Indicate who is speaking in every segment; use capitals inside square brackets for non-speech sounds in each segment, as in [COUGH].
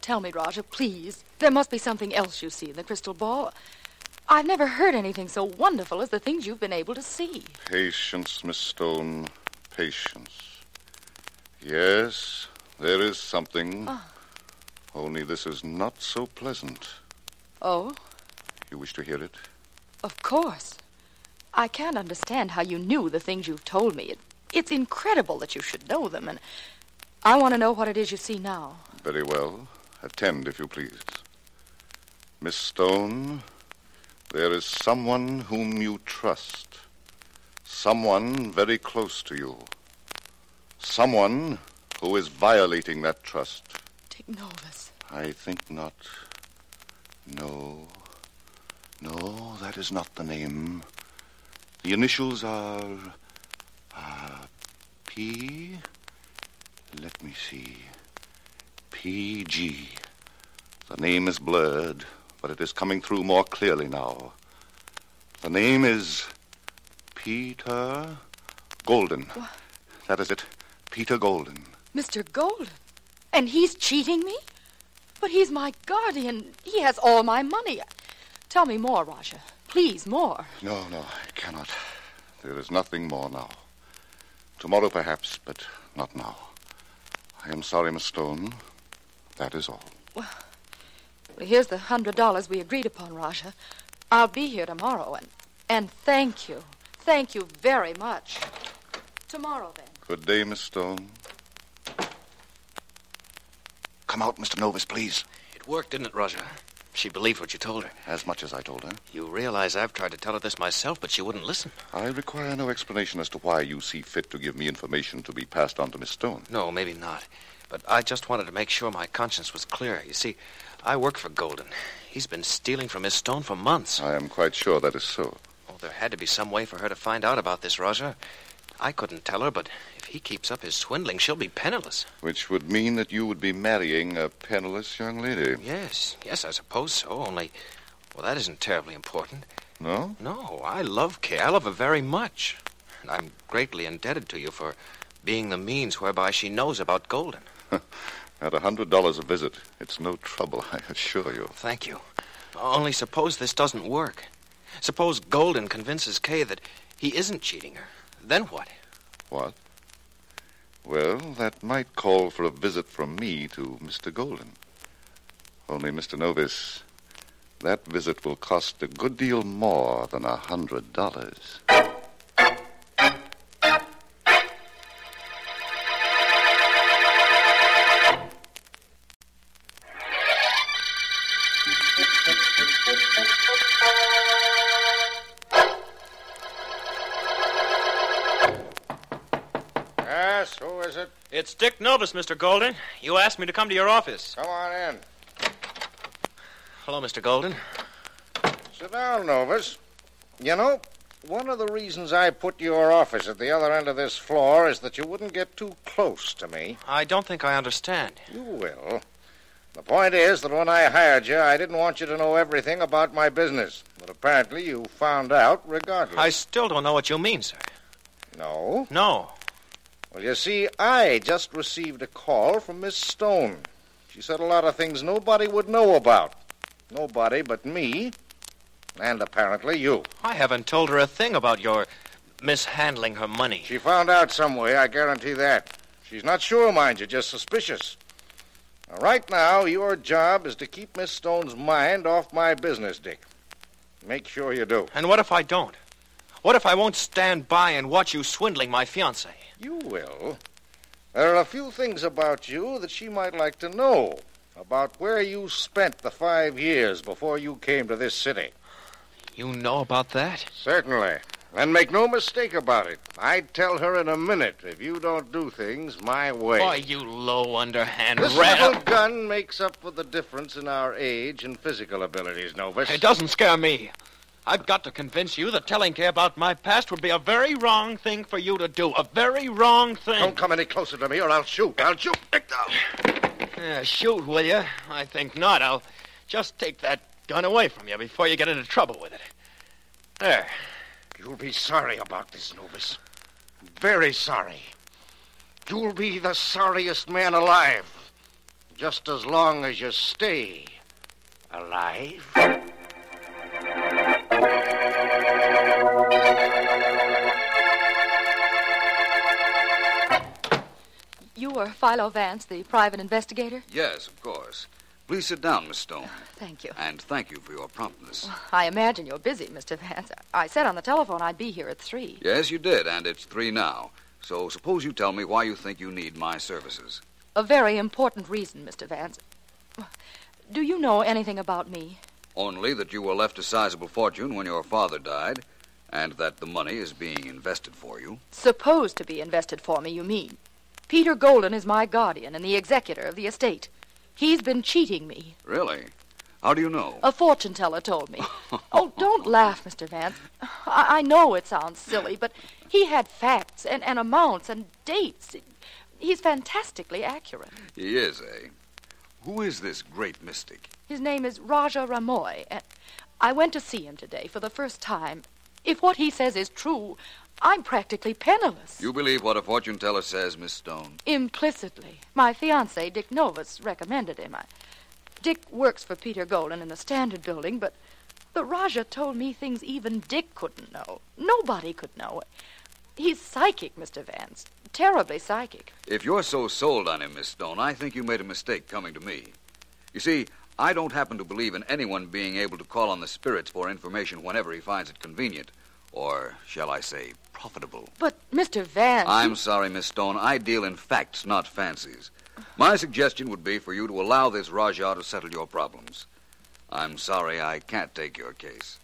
Speaker 1: Tell me, Roger, please. There must be something else you see in the crystal ball. I've never heard anything so wonderful as the things you've been able to see.
Speaker 2: Patience, Miss Stone. Patience. Yes, there is something. Only this is not so pleasant.
Speaker 1: Oh,
Speaker 2: You wish to hear it?
Speaker 1: of course. I can't understand how you knew the things you've told me. It, it's incredible that you should know them, and I want to know what it is you see now.
Speaker 2: Very well. Attend, if you please. Miss Stone, there is someone whom you trust. Someone very close to you. Someone who is violating that trust.
Speaker 1: Dick Novus.
Speaker 2: I think not. No. No, that is not the name. The initials are. Uh, P. Let me see. PG. The name is blurred, but it is coming through more clearly now. The name is. Peter Golden. That is it. Peter Golden.
Speaker 1: Mr. Golden. And he's cheating me? But he's my guardian. He has all my money. Tell me more, Roger. Please, more.
Speaker 2: No, no, I cannot. There is nothing more now. Tomorrow, perhaps, but not now. I am sorry, Miss Stone. That is all.
Speaker 1: Well, here's the hundred dollars we agreed upon, Raja. I'll be here tomorrow, and and thank you, thank you very much. Tomorrow, then.
Speaker 2: Good day, Miss Stone. Come out, Mr. Novus, please.
Speaker 3: It worked, didn't it, Roger? She believed what you told her.
Speaker 2: As much as I told her.
Speaker 3: You realize I've tried to tell her this myself, but she wouldn't listen.
Speaker 2: I require no explanation as to why you see fit to give me information to be passed on to Miss Stone.
Speaker 3: No, maybe not. But I just wanted to make sure my conscience was clear. You see, I work for Golden. He's been stealing from Miss Stone for months.
Speaker 2: I am quite sure that is so.
Speaker 3: Oh, there had to be some way for her to find out about this, Roger. I couldn't tell her, but if he keeps up his swindling, she'll be penniless.
Speaker 2: Which would mean that you would be marrying a penniless young lady.
Speaker 3: Yes, yes, I suppose so, only. Well, that isn't terribly important.
Speaker 2: No?
Speaker 3: No, I love Kay. I love her very much. And I'm greatly indebted to you for being the means whereby she knows about Golden.
Speaker 2: [LAUGHS] At a hundred dollars a visit, it's no trouble, [LAUGHS] I assure you.
Speaker 3: Thank you. Only suppose this doesn't work. Suppose Golden convinces Kay that he isn't cheating her. Then what?
Speaker 2: What? Well, that might call for a visit from me to Mr. Golden. Only, Mr. Novis, that visit will cost a good deal more than a hundred dollars.
Speaker 4: Yes, who is it?
Speaker 5: It's Dick Novus, Mr. Golden. You asked me to come to your office.
Speaker 4: Come on in.
Speaker 3: Hello, Mr. Golden.
Speaker 4: Sit down, Novus. You know, one of the reasons I put your office at the other end of this floor is that you wouldn't get too close to me.
Speaker 3: I don't think I understand.
Speaker 4: You will.
Speaker 2: The point is that when I hired you, I didn't want you to know everything about my business. But apparently you found out regardless.
Speaker 3: I still don't know what you mean, sir.
Speaker 2: No.
Speaker 3: No.
Speaker 2: Well, you see, I just received a call from Miss Stone. She said a lot of things nobody would know about. Nobody but me, and apparently you.
Speaker 3: I haven't told her a thing about your mishandling her money.
Speaker 2: She found out some way, I guarantee that. She's not sure, mind you, just suspicious. Now, right now, your job is to keep Miss Stone's mind off my business, Dick. Make sure you do.
Speaker 3: And what if I don't? What if I won't stand by and watch you swindling my fiancée?
Speaker 2: You will. There are a few things about you that she might like to know about where you spent the five years before you came to this city.
Speaker 3: You know about that?
Speaker 2: Certainly. And make no mistake about it. I'd tell her in a minute if you don't do things my way.
Speaker 3: Why, you low, underhand
Speaker 2: this little
Speaker 3: rat.
Speaker 2: gun makes up for the difference in our age and physical abilities, Novus.
Speaker 3: It doesn't scare me. I've got to convince you that telling Kay about my past would be a very wrong thing for you to do. A very wrong thing.
Speaker 2: Don't come any closer to me or I'll shoot. I'll shoot.
Speaker 3: Yeah, Uh, shoot, will you? I think not. I'll just take that gun away from you before you get into trouble with it. There.
Speaker 2: You'll be sorry about this, Novus. Very sorry. You'll be the sorriest man alive. Just as long as you stay alive.
Speaker 1: You were Philo Vance, the private investigator?
Speaker 6: Yes, of course. Please sit down, Miss Stone,
Speaker 1: Thank you.
Speaker 6: and thank you for your promptness.
Speaker 1: I imagine you're busy, Mr. Vance. I said on the telephone I'd be here at three.
Speaker 6: Yes, you did, and it's three now. So suppose you tell me why you think you need my services.
Speaker 1: A very important reason, Mr. Vance. Do you know anything about me?
Speaker 6: Only that you were left a sizable fortune when your father died, and that the money is being invested for you.
Speaker 1: Supposed to be invested for me, you mean? Peter Golden is my guardian and the executor of the estate. He's been cheating me.
Speaker 6: Really? How do you know?
Speaker 1: A fortune teller told me. oh, don't laugh, Mr. Vance. I, I know it sounds silly, but he had facts and, and amounts and dates. He's fantastically accurate.
Speaker 6: He is, eh? Who is this great mystic?
Speaker 1: His name is Raja Ramoy, and I went to see him today for the first time. If what he says is true, I'm practically penniless.
Speaker 6: You believe what a fortune teller says, Miss Stone?
Speaker 1: Implicitly. My fiance, Dick Novus, recommended him. I... Dick works for Peter Golden in the Standard Building, but the Raja told me things even Dick couldn't know. Nobody could know. He's psychic, Mr. Vance. Terribly psychic.
Speaker 6: If you're so sold on him, Miss Stone, I think you made a mistake coming to me. You see, I don't happen to believe in anyone being able to call on the spirits for information whenever he finds it convenient, or shall I say, profitable.
Speaker 1: But, Mr. Vance.
Speaker 6: I'm sorry, Miss Stone. I deal in facts, not fancies. My suggestion would be for you to allow this Rajah to settle your problems. I'm sorry I can't take your case.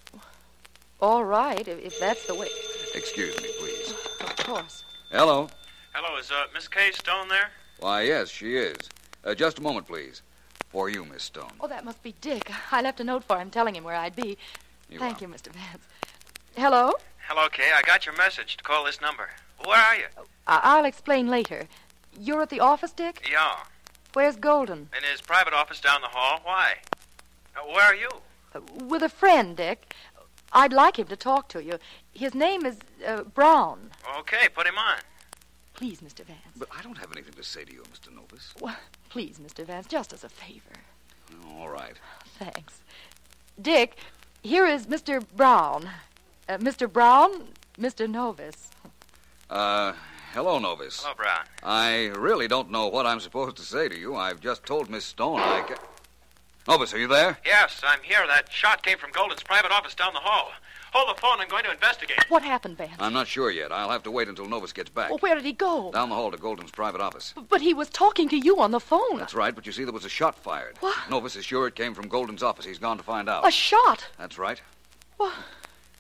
Speaker 1: All right, if, if that's the way.
Speaker 6: Excuse me, please.
Speaker 1: Of course.
Speaker 6: Hello?
Speaker 3: Hello, is uh, Miss Kay Stone there?
Speaker 6: Why, yes, she is. Uh, just a moment, please. For you, Miss Stone.
Speaker 1: Oh, that must be Dick. I left a note for him telling him where I'd be.
Speaker 6: You
Speaker 1: Thank
Speaker 6: are.
Speaker 1: you, Mr. Vance. Hello?
Speaker 3: Hello, Kay. I got your message to call this number. Where are you?
Speaker 1: I- I'll explain later. You're at the office, Dick?
Speaker 3: Yeah,
Speaker 1: Where's Golden?
Speaker 3: in his private office down the hall. Why? Uh, where are you?
Speaker 1: Uh, with a friend, Dick. I'd like him to talk to you. His name is uh, Brown.
Speaker 3: Okay, put him on.
Speaker 1: Please, Mr. Vance.
Speaker 6: But I don't have anything to say to you, Mr. Novus.
Speaker 1: Well, please, Mr. Vance, just as a favor.
Speaker 6: All right.
Speaker 1: Thanks. Dick, here is Mr. Brown. Uh, Mr. Brown, Mr. Novus.
Speaker 6: Uh, hello, Novus.
Speaker 3: Hello, Brown.
Speaker 6: I really don't know what I'm supposed to say to you. I've just told Miss Stone I ca- Novus, are you there?
Speaker 3: Yes, I'm here. That shot came from Golden's private office down the hall. Hold the phone. I'm going to investigate.
Speaker 1: What happened, Vance?
Speaker 6: I'm not sure yet. I'll have to wait until Novus gets back.
Speaker 1: Oh, where did he go?
Speaker 6: Down the hall to Golden's private office.
Speaker 1: B- But he was talking to you on the phone.
Speaker 6: That's right, but you see, there was a shot fired.
Speaker 1: What?
Speaker 6: Novus is sure it came from Golden's office. He's gone to find out.
Speaker 1: A shot.
Speaker 6: That's right.
Speaker 1: What?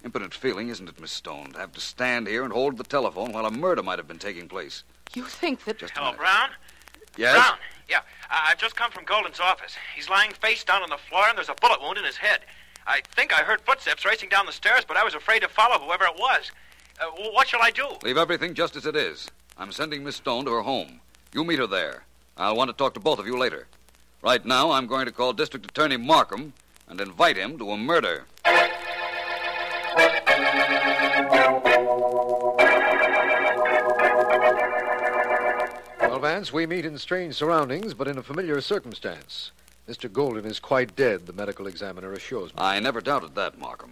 Speaker 6: Impotent feeling, isn't it, Miss Stone? To have to stand here and hold the telephone while a murder might have been taking place.
Speaker 1: You think that.
Speaker 6: Just a
Speaker 3: Hello,
Speaker 6: minute.
Speaker 3: Brown?
Speaker 6: Yes?
Speaker 3: Brown. Yeah, I- I've just come from Golden's office. He's lying face down on the floor, and there's a bullet wound in his head. I think I heard footsteps racing down the stairs, but I was afraid to follow whoever it was. Uh, wh- what shall I do?
Speaker 6: Leave everything just as it is. I'm sending Miss Stone to her home. You meet her there. I'll want to talk to both of you later. Right now, I'm going to call District Attorney Markham and invite him to a murder.
Speaker 7: Well, Vance, we meet in strange surroundings, but in a familiar circumstance. Mr. Golden is quite dead, the medical examiner assures me.
Speaker 6: I never doubted that, Markham.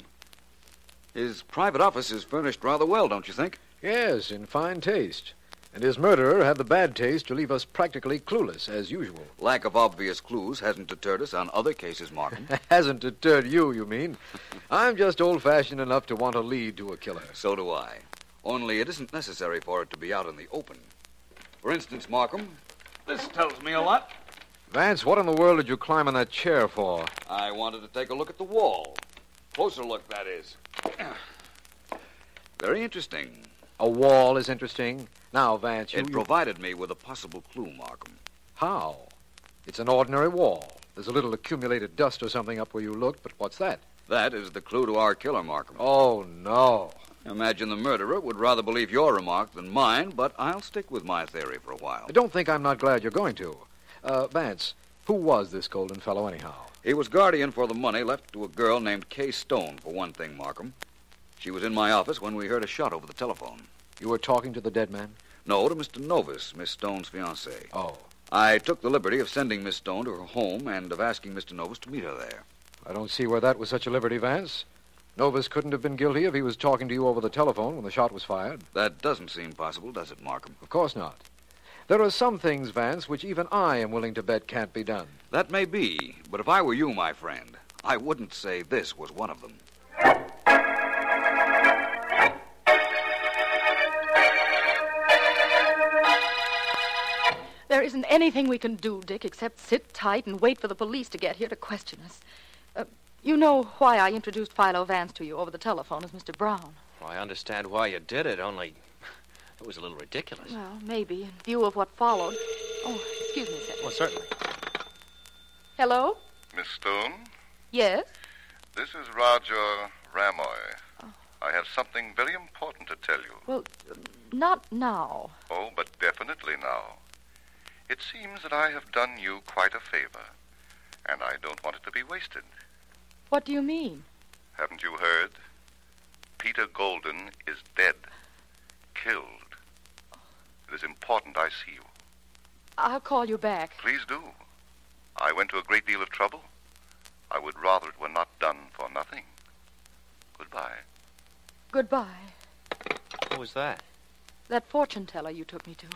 Speaker 6: His private office is furnished rather well, don't you think?
Speaker 7: Yes, in fine taste. And his murderer had the bad taste to leave us practically clueless, as usual.
Speaker 6: Lack of obvious clues hasn't deterred us on other cases, Markham. [LAUGHS]
Speaker 7: Hasn't deterred you, you mean? I'm just old fashioned enough to want a lead to a killer.
Speaker 6: so do I. Only it isn't necessary for it to be out in the open. For instance, Markham, this tells me a lot.
Speaker 7: Vance, what in the world did you climb on that chair for?
Speaker 6: I wanted to take a look at the wall. Closer look, that is. [CLEARS THROAT] Very interesting.
Speaker 7: A wall is interesting. Now, Vance, you.
Speaker 6: It
Speaker 7: you-
Speaker 6: provided me with a possible clue, Markham.
Speaker 7: How? It's an ordinary wall. There's a little accumulated dust or something up where you looked, but what's that?
Speaker 6: That is the clue to our killer, Markham.
Speaker 7: Oh, no.
Speaker 6: Imagine the murderer would rather believe your remark than mine, but I'll stick with my theory for a while.
Speaker 7: Don't think I'm not glad you're going to. Uh, Vance, who was this golden fellow, anyhow?
Speaker 6: He was guardian for the money left to a girl named Kay Stone, for one thing, Markham. She was in my office when we heard a shot over the telephone.
Speaker 7: You were talking to the dead man?
Speaker 6: No, to Mr. Novus, Miss Stone's fiancé.
Speaker 7: Oh,
Speaker 6: I took the liberty of sending Miss Stone to her home and of asking Mr. Novus to meet her there.
Speaker 7: I don't see where that was such a liberty, Vance. Novus couldn't have been guilty if he was talking to you over the telephone when the shot was fired.
Speaker 6: That doesn't seem possible, does it, Markham?
Speaker 7: Of course not. There are some things, Vance, which even I am willing to bet can't be done.
Speaker 6: That may be, but if I were you, my friend, I wouldn't say this was one of them.
Speaker 1: There isn't anything we can do, Dick, except sit tight and wait for the police to get here to question us. Uh, you know why I introduced Philo Vance to you over the telephone as Mr. Brown.
Speaker 3: Well, I understand why you did it, only [LAUGHS] it was a little ridiculous.
Speaker 1: Well, maybe in view of what followed. Oh, excuse me a second.
Speaker 3: Well, certainly.
Speaker 1: Hello?
Speaker 2: Miss Stone,
Speaker 1: Yes?
Speaker 2: this is Roger Ramoy. I have something very important to tell you.
Speaker 1: Well, uh, not now.
Speaker 2: Oh, but definitely now. It seems that I have done you quite a favor, and I don't want it to be wasted.
Speaker 1: What do you mean?
Speaker 2: Haven't you heard? Peter Golden is dead. Killed. It is important I see you.
Speaker 1: I'll call you back.
Speaker 2: Please do. I went to a great deal of trouble. I would rather it were not done for nothing. Goodbye.
Speaker 1: Goodbye.
Speaker 3: Who was that?
Speaker 1: That fortune teller you took me to.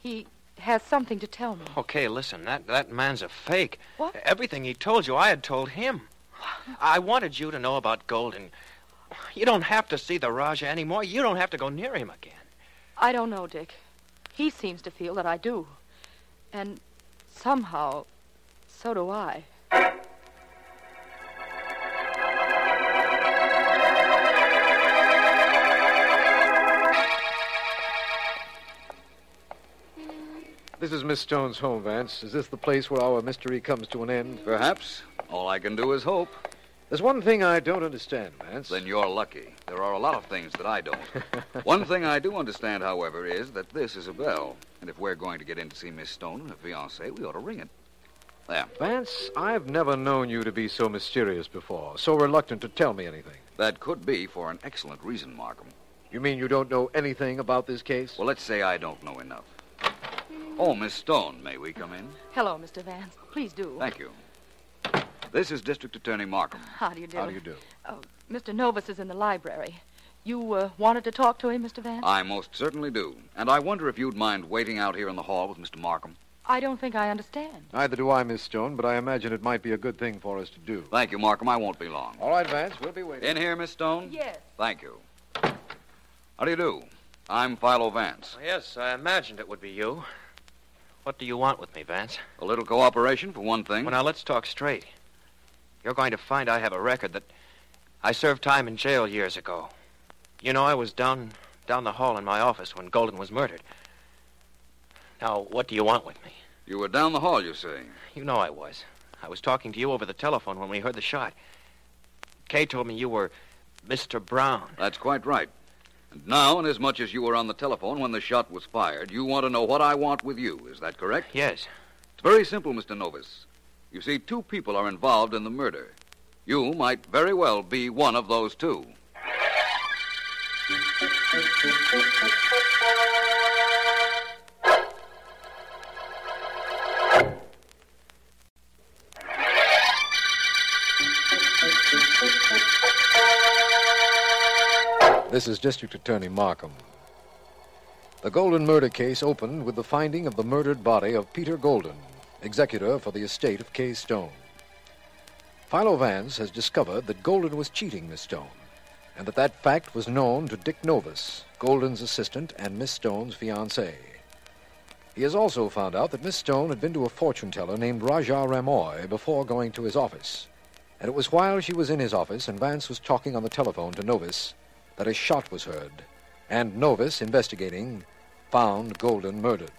Speaker 1: He has something to tell me.
Speaker 3: Okay, listen, that, that man's a fake.
Speaker 1: What?
Speaker 3: Everything he told you, I had told him. I wanted you to know about Golden. You don't have to see the Raja anymore. You don't have to go near him again.
Speaker 1: I don't know, Dick. He seems to feel that I do. And somehow, so do I.
Speaker 7: This is Miss Stone's home, Vance. Is this the place where our mystery comes to an end?
Speaker 6: Perhaps. All I can do is hope.
Speaker 7: There's one thing I don't understand, Vance.
Speaker 6: Then you're lucky. There are a lot of things that I don't. One thing I do understand, however, is that this is a bell. And if we're going to get in to see Miss Stone and her fiancé, we ought to ring it.
Speaker 7: Vance, I've never known you to be so mysterious before, so reluctant to tell me anything.
Speaker 6: That could be for an excellent reason, Markham.
Speaker 7: You mean you don't know anything about this case?
Speaker 6: Well, let's say I don't know enough. Oh, Miss Stone, may we come in?
Speaker 1: Hello, Mr. Vance. Please do.
Speaker 6: Thank you. This is District Attorney Markham.
Speaker 1: How do you do?
Speaker 7: How do you do?
Speaker 1: Mr. Novus is in the library. You uh, wanted to talk to him, Mr. Vance?
Speaker 6: I most certainly do. And I wonder if you'd mind waiting out here in the hall with Mr. Markham.
Speaker 1: I don't think I understand.
Speaker 7: Neither do I, Miss Stone, but I imagine it might be a good thing for us to do.
Speaker 6: Thank you, Markham. I won't be long.
Speaker 7: All right, Vance, we'll be waiting.
Speaker 6: In here, Miss Stone?
Speaker 1: Yes.
Speaker 6: Thank you. How do you do? I'm Philo Vance.
Speaker 3: Yes, I imagined it would be you. What do you want with me, Vance?
Speaker 6: A little cooperation, for one thing.
Speaker 3: Well, now let's talk straight. You're going to find I have a record that I served time in jail years ago. You know, I was down down the hall in my office when Golden was murdered. Now, what do you want with me?
Speaker 6: You were down the hall, you say.
Speaker 3: You know I was. I was talking to you over the telephone when we heard the shot. Kay told me you were Mr. Brown.
Speaker 6: That's quite right. And now, inasmuch as you were on the telephone when the shot was fired, you want to know what I want with you. Is that correct?
Speaker 3: Yes.
Speaker 6: It's very simple, Mr. Novus. You see, two people are involved in the murder. You might very well be one of those two.
Speaker 7: This is District Attorney Markham. The Golden murder case opened with the finding of the murdered body of Peter Golden, executor for the estate of Kay Stone. Philo Vance has discovered that Golden was cheating Miss Stone, and that that fact was known to Dick Novus, Golden's assistant and Miss Stone's fiancé. He has also found out that Miss Stone had been to a fortune teller named Rajah Ramoy before going to his office, and it was while she was in his office and Vance was talking on the telephone to Novus that a shot was heard, and Novus, investigating, found Golden murdered.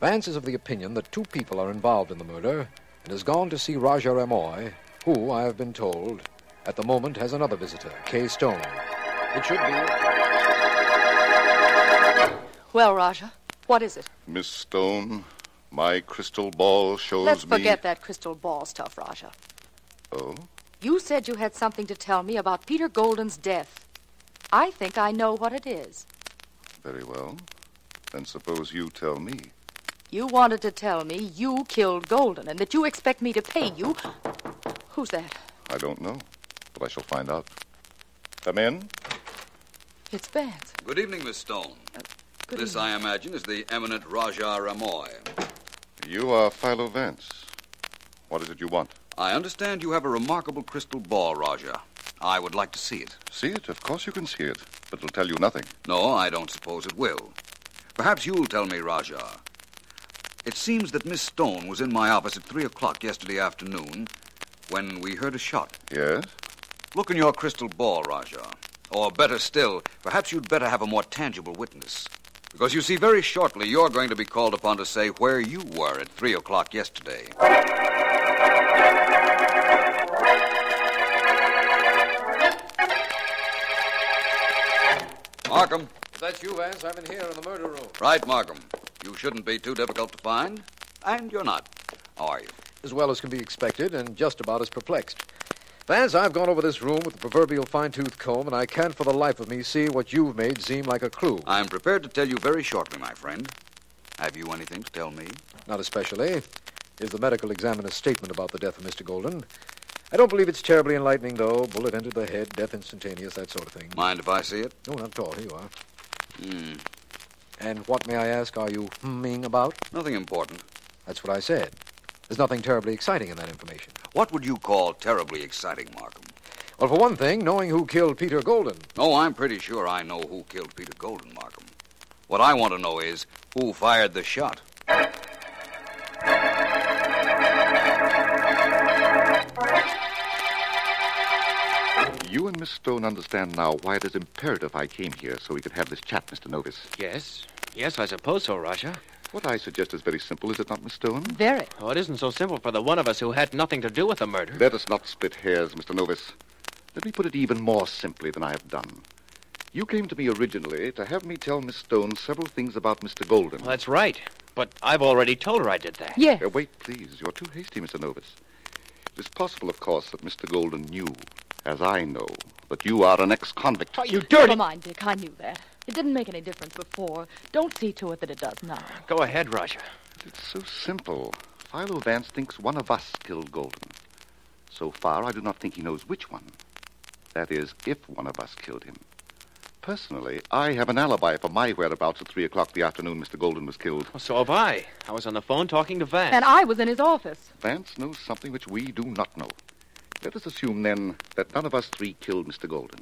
Speaker 7: Vance is of the opinion that two people are involved in the murder and has gone to see Raja Ramoy, who, I have been told, at the moment has another visitor, Kay Stone. It should be.
Speaker 1: Well, Raja, what is it?
Speaker 8: Miss Stone, my crystal ball shows
Speaker 1: Let's
Speaker 8: me.
Speaker 1: forget that crystal ball stuff, Raja.
Speaker 8: Oh?
Speaker 1: You said you had something to tell me about Peter Golden's death. I think I know what it is.
Speaker 8: Very well. Then suppose you tell me.
Speaker 1: You wanted to tell me you killed Golden and that you expect me to pay you. Who's that?
Speaker 8: I don't know, but I shall find out. Come in.
Speaker 1: It's Vance.
Speaker 6: Good evening, Miss Stone.
Speaker 1: Good
Speaker 6: this,
Speaker 1: evening.
Speaker 6: I imagine, is the eminent Rajah Ramoy.
Speaker 8: You are Philo Vance. What is it you want?
Speaker 6: I understand you have a remarkable crystal ball, Rajah. I would like to see it.
Speaker 8: See it? Of course you can see it, but it'll tell you nothing.
Speaker 6: No, I don't suppose it will. Perhaps you'll tell me, Rajah. It seems that Miss Stone was in my office at 3 o'clock yesterday afternoon when we heard a shot.
Speaker 8: Yes?
Speaker 6: Look in your crystal ball, Rajah. Or better still, perhaps you'd better have a more tangible witness. Because you see, very shortly you're going to be called upon to say where you were at 3 o'clock yesterday. Markham.
Speaker 7: That's you, Vance. I'm in here in the murder room.
Speaker 6: Right, Markham. You shouldn't be too difficult to find, and you're not. How are you?
Speaker 7: As well as can be expected, and just about as perplexed. Vance, I've gone over this room with the proverbial fine tooth comb, and I can't for the life of me see what you've made seem like a clue.
Speaker 6: I'm prepared to tell you very shortly, my friend. Have you anything to tell me?
Speaker 7: Not especially. Is the medical examiner's statement about the death of Mr. Golden. I don't believe it's terribly enlightening, though. Bullet entered the head, death instantaneous, that sort of thing.
Speaker 6: Mind if I see it?
Speaker 7: No, not at all. Here you are.
Speaker 6: Hmm.
Speaker 7: And what, may I ask, are you humming about?
Speaker 6: Nothing important.
Speaker 7: That's what I said. There's nothing terribly exciting in that information.
Speaker 6: What would you call terribly exciting, Markham?
Speaker 7: Well, for one thing, knowing who killed Peter Golden.
Speaker 6: Oh, I'm pretty sure I know who killed Peter Golden, Markham. What I want to know is who fired the shot.
Speaker 2: You and Miss Stone understand now why it is imperative I came here so we could have this chat, Mr. Novus.
Speaker 3: Yes. Yes, I suppose so, Russia.
Speaker 2: What I suggest is very simple, is it not, Miss Stone?
Speaker 1: Very.
Speaker 3: Oh, it isn't so simple for the one of us who had nothing to do with the murder.
Speaker 2: Let us not split hairs, Mr. Novus. Let me put it even more simply than I have done. You came to me originally to have me tell Miss Stone several things about Mr. Golden.
Speaker 3: Well, that's right. But I've already told her I did that.
Speaker 1: Yes.
Speaker 2: Uh, wait, please. You're too hasty, Mr. Novus. It is possible, of course, that Mr. Golden knew, as I know, that you are an ex-convict.
Speaker 3: Oh, you dirty.
Speaker 1: Never mind, Dick. I knew that. It didn't make any difference before. Don't see to it that it does now.
Speaker 3: Go ahead, Russia.
Speaker 2: It's so simple. Philo Vance thinks one of us killed Golden. So far, I do not think he knows which one. That is, if one of us killed him. Personally, I have an alibi for my whereabouts at three o'clock the afternoon Mr. Golden was killed.
Speaker 3: Well, so have I. I was on the phone talking to Van.
Speaker 1: And I was in his office.
Speaker 2: Vance knows something which we do not know. Let us assume, then, that none of us three killed Mr. Golden.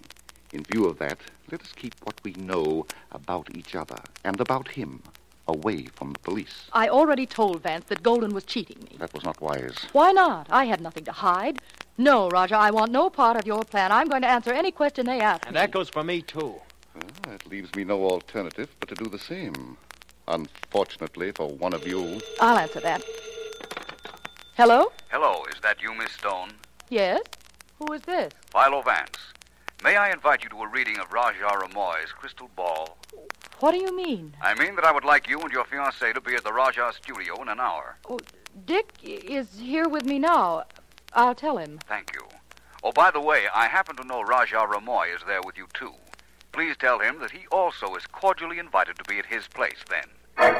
Speaker 2: In view of that, let us keep what we know about each other and about him away from the police.
Speaker 1: I already told Vance that Golden was cheating me.
Speaker 2: That was not wise.
Speaker 1: Why not? I had nothing to hide. No, Roger, I want no part of your plan. I'm going to answer any question they ask
Speaker 3: And
Speaker 1: me.
Speaker 3: that goes for me, too.
Speaker 2: Well, that leaves me no alternative but to do the same. Unfortunately for one of you,
Speaker 1: I'll answer that. Hello?
Speaker 6: Hello, is that you, Miss Stone?
Speaker 1: Yes? Who is this?
Speaker 6: Philo Vance. May I invite you to a reading of Rajah Ramoy's Crystal Ball?
Speaker 1: What do you mean?
Speaker 6: I mean that I would like you and your fiancée to be at the Rajah studio in an hour.
Speaker 1: Oh, Dick is here with me now. I'll tell him.
Speaker 6: Thank you. Oh, by the way, I happen to know Rajah Ramoy is there with you, too. Please tell him that he also is cordially invited to be at his place then.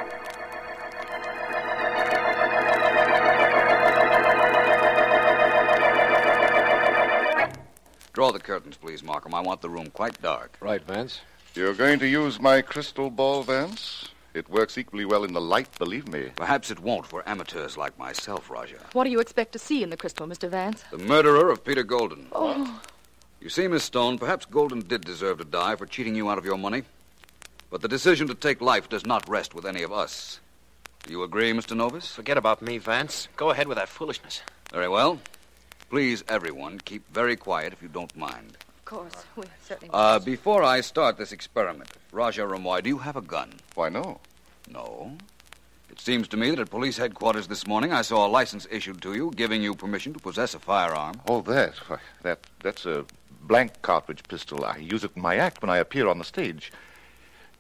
Speaker 6: Draw the curtains, please, Markham. I want the room quite dark.
Speaker 7: Right, Vance.
Speaker 2: You're going to use my crystal ball, Vance? It works equally well in the light, believe me.
Speaker 6: Perhaps it won't for amateurs like myself, Roger.
Speaker 1: What do you expect to see in the crystal, Mr. Vance?
Speaker 6: The murderer of Peter Golden. Oh. You see, Miss Stone, perhaps Golden did deserve to die for cheating you out of your money. But the decision to take life does not rest with any of us. Do you agree, Mr. Novus?
Speaker 3: Forget about me, Vance. Go ahead with that foolishness.
Speaker 6: Very well. Please, everyone, keep very quiet if you don't mind.
Speaker 1: Of course, we certainly.
Speaker 6: Uh, before I start this experiment, Roger Ramoy, do you have a gun?
Speaker 2: Why, no.
Speaker 6: No. It seems to me that at police headquarters this morning I saw a license issued to you giving you permission to possess a firearm.
Speaker 9: Oh, that. Why, that that's a blank cartridge pistol. I use it in my act when I appear on the stage.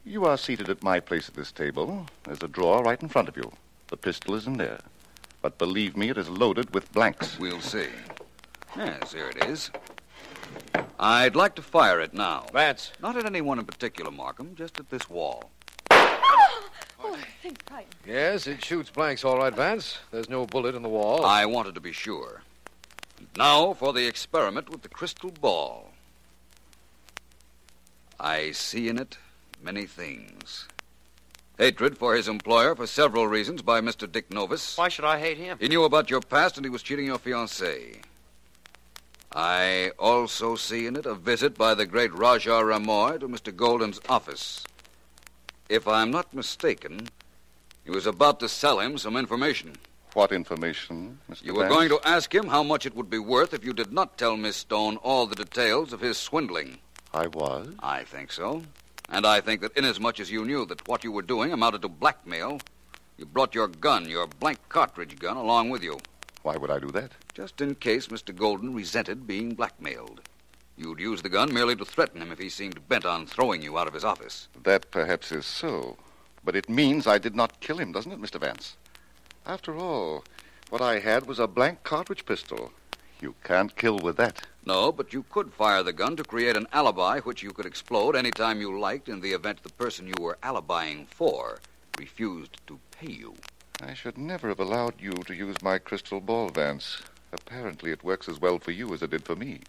Speaker 9: You are seated at my place at this table. There's a drawer right in front of you. The pistol is in there. But believe me, it is loaded with blanks.
Speaker 6: We'll see. Yes, here it is. I'd like to fire it now.
Speaker 3: Vance.
Speaker 6: Not at anyone in particular, Markham, just at this wall.
Speaker 1: Oh, things frightened.
Speaker 7: Yes, it shoots blanks all right, Vance. There's no bullet in the
Speaker 3: Oh.
Speaker 7: wall.
Speaker 6: I wanted to be sure. And now for the experiment with the crystal ball. I see in it many things. Hatred for his employer for several reasons by Mr. Dick Novus.
Speaker 3: Why should I hate him?
Speaker 6: He knew about your past and he was cheating your fiancée. I also see in it a visit by the great Rajah Ramoy to Mr. Golden's office. If I'm not mistaken, he was about to sell him some information.
Speaker 2: What information, Mr.
Speaker 6: You were
Speaker 2: Vance?
Speaker 6: going to ask him how much it would be worth if you did not tell Miss Stone all the details of his swindling.
Speaker 2: I was.
Speaker 6: I think so. And I think that inasmuch as you knew that what you were doing amounted to blackmail, you brought your gun, your blank cartridge gun, along with you,
Speaker 2: Why would I do that?
Speaker 6: just in case Mr. Golden resented being blackmailed. You'd use the gun merely to threaten him if he seemed bent on throwing you out of his office.
Speaker 2: That perhaps is so. But it means I did not kill him, doesn't it, Mr. Vance? After all, what I had was a blank cartridge pistol. You can't kill with that.
Speaker 6: No, but you could fire the gun to create an alibi which you could explode any time you liked in the event the person you were alibying for refused to pay you.
Speaker 2: I should never have allowed you to use my crystal ball, Vance. Apparently, it works as well for you as it did for me.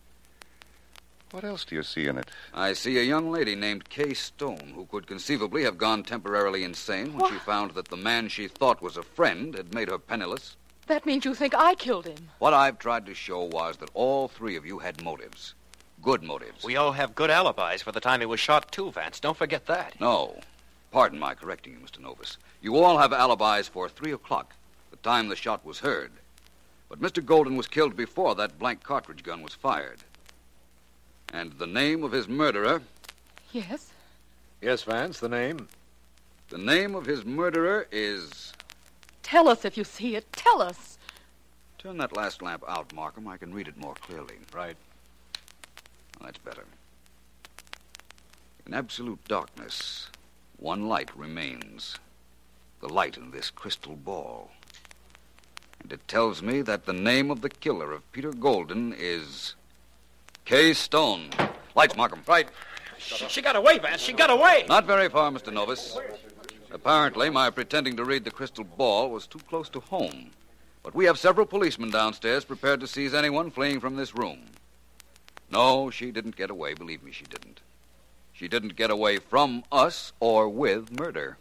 Speaker 2: What else do you see in it?
Speaker 6: I see a young lady named Kay Stone who could conceivably have gone temporarily insane when she found that the man she thought was a friend had made her penniless.
Speaker 1: That means you think I killed him.
Speaker 6: What I've tried to show was that all three of you had motives. Good motives.
Speaker 3: We all have good alibis for the time he was shot, too, Vance. Don't forget that.
Speaker 6: No. Pardon my correcting you, Mr. Novus. You all have alibis for three o'clock, the time the shot was heard. But Mr. Golden was killed before that blank cartridge gun was fired. And the name of his murderer,
Speaker 1: Yes?
Speaker 7: Yes, Vance, the name.
Speaker 6: the name of his murderer is.
Speaker 1: Tell us if you see it. Tell us.
Speaker 6: Turn that last lamp out, Markham. I can read it more clearly.
Speaker 7: Right.
Speaker 6: That's better. In absolute darkness, one light remains the light in this crystal ball. And it tells me that the name of the killer of Peter Golden is K. Stone. Lights, Markham.
Speaker 3: Right. She, she got away, Vance. She got away.
Speaker 6: Not very far, Mr. Novus. Apparently, my pretending to read the crystal ball was too close to home. But we have several policemen downstairs prepared to seize anyone fleeing from this room. No, she didn't get away. Believe me, she didn't. She didn't get away from us or with murder.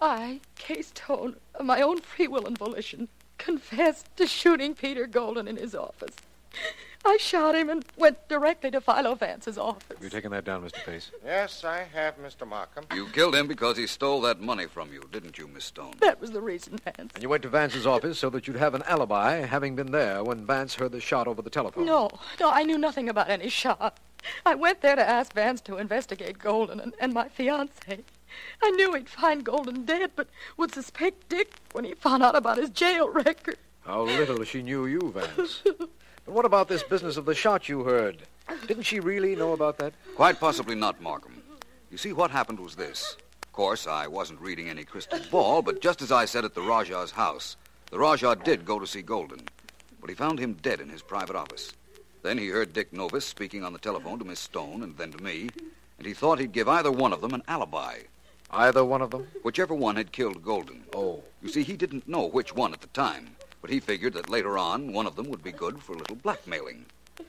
Speaker 1: I, Kay Stone, of my own free will and volition, confessed to shooting Peter Golden in his office. I shot him and went directly to Philo Vance's office.
Speaker 7: Have you taken that down, Mr. Pace?
Speaker 4: Yes, I have, Mr. Markham.
Speaker 6: You killed him because he stole that money from you, didn't you, Miss Stone?
Speaker 1: That was the reason, Vance.
Speaker 7: And you went to Vance's office so that you'd have an alibi, having been there when Vance heard the shot over the telephone.
Speaker 1: No, no, I knew nothing about any shot. I went there to ask Vance to investigate Golden and, and my fiance. I knew he'd find Golden dead, but would suspect Dick when he found out about his jail record.
Speaker 7: How little she knew you, Vance. And what about this business of the shot you heard? Didn't she really know about that?
Speaker 6: Quite possibly not, Markham. You see, what happened was this. Of course, I wasn't reading any crystal ball, but just as I said at the Rajah's house, the Rajah did go to see Golden, but he found him dead in his private office. Then he heard Dick Novus speaking on the telephone to Miss Stone and then to me, and he thought he'd give either one of them an alibi.
Speaker 7: Either one of them?
Speaker 6: Whichever one had killed Golden.
Speaker 7: Oh.
Speaker 6: You see, he didn't know which one at the time, but he figured that later on one of them would be good for a little blackmailing.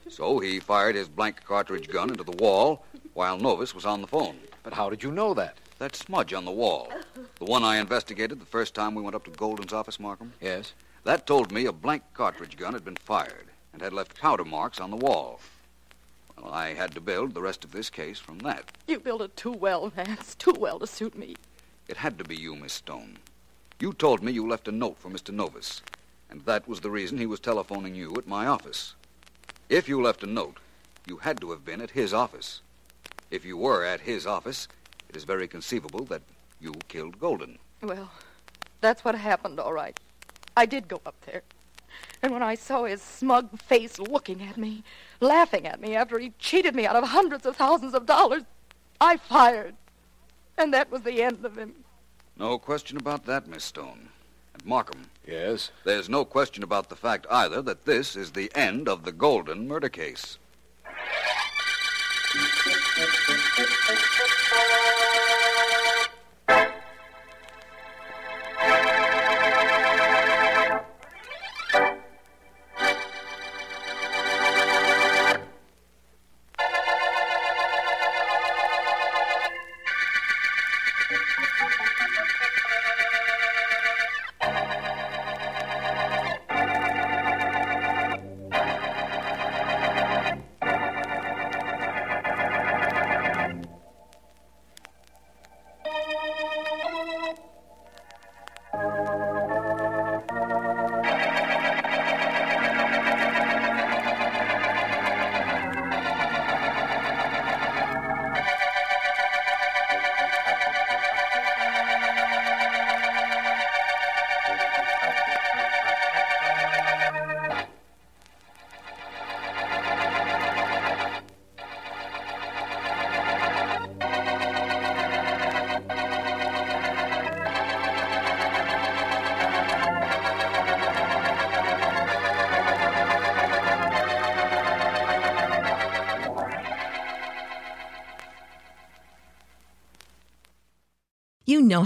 Speaker 6: So he fired his blank cartridge gun into the wall while Novus was on the phone.
Speaker 7: But how did you know that?
Speaker 6: That smudge on the wall, the one I investigated the first time we went up to Golden's office, Markham,
Speaker 7: Yes.
Speaker 6: that told me a blank cartridge gun had been fired and had left powder marks on the wall. Well, I had to build the rest of this case from that.
Speaker 1: You built it too well, Vance. Too well to suit me.
Speaker 6: It had to be you, Miss Stone. You told me you left a note for Mr. Novus, and that was the reason he was telephoning you at my office. If you left a note, you had to have been at his office. If you were at his office, it is very conceivable that you killed Golden.
Speaker 1: Well, that's what happened, all right. I did go up there. And when I saw his smug face looking at me, laughing at me after he cheated me out of hundreds of thousands of dollars, I fired. And that was the end of him.
Speaker 6: No question about that, Miss Stone. And Markham,
Speaker 7: Yes.
Speaker 6: there's no question about the fact either that this is the end of the Golden murder case.
Speaker 10: You know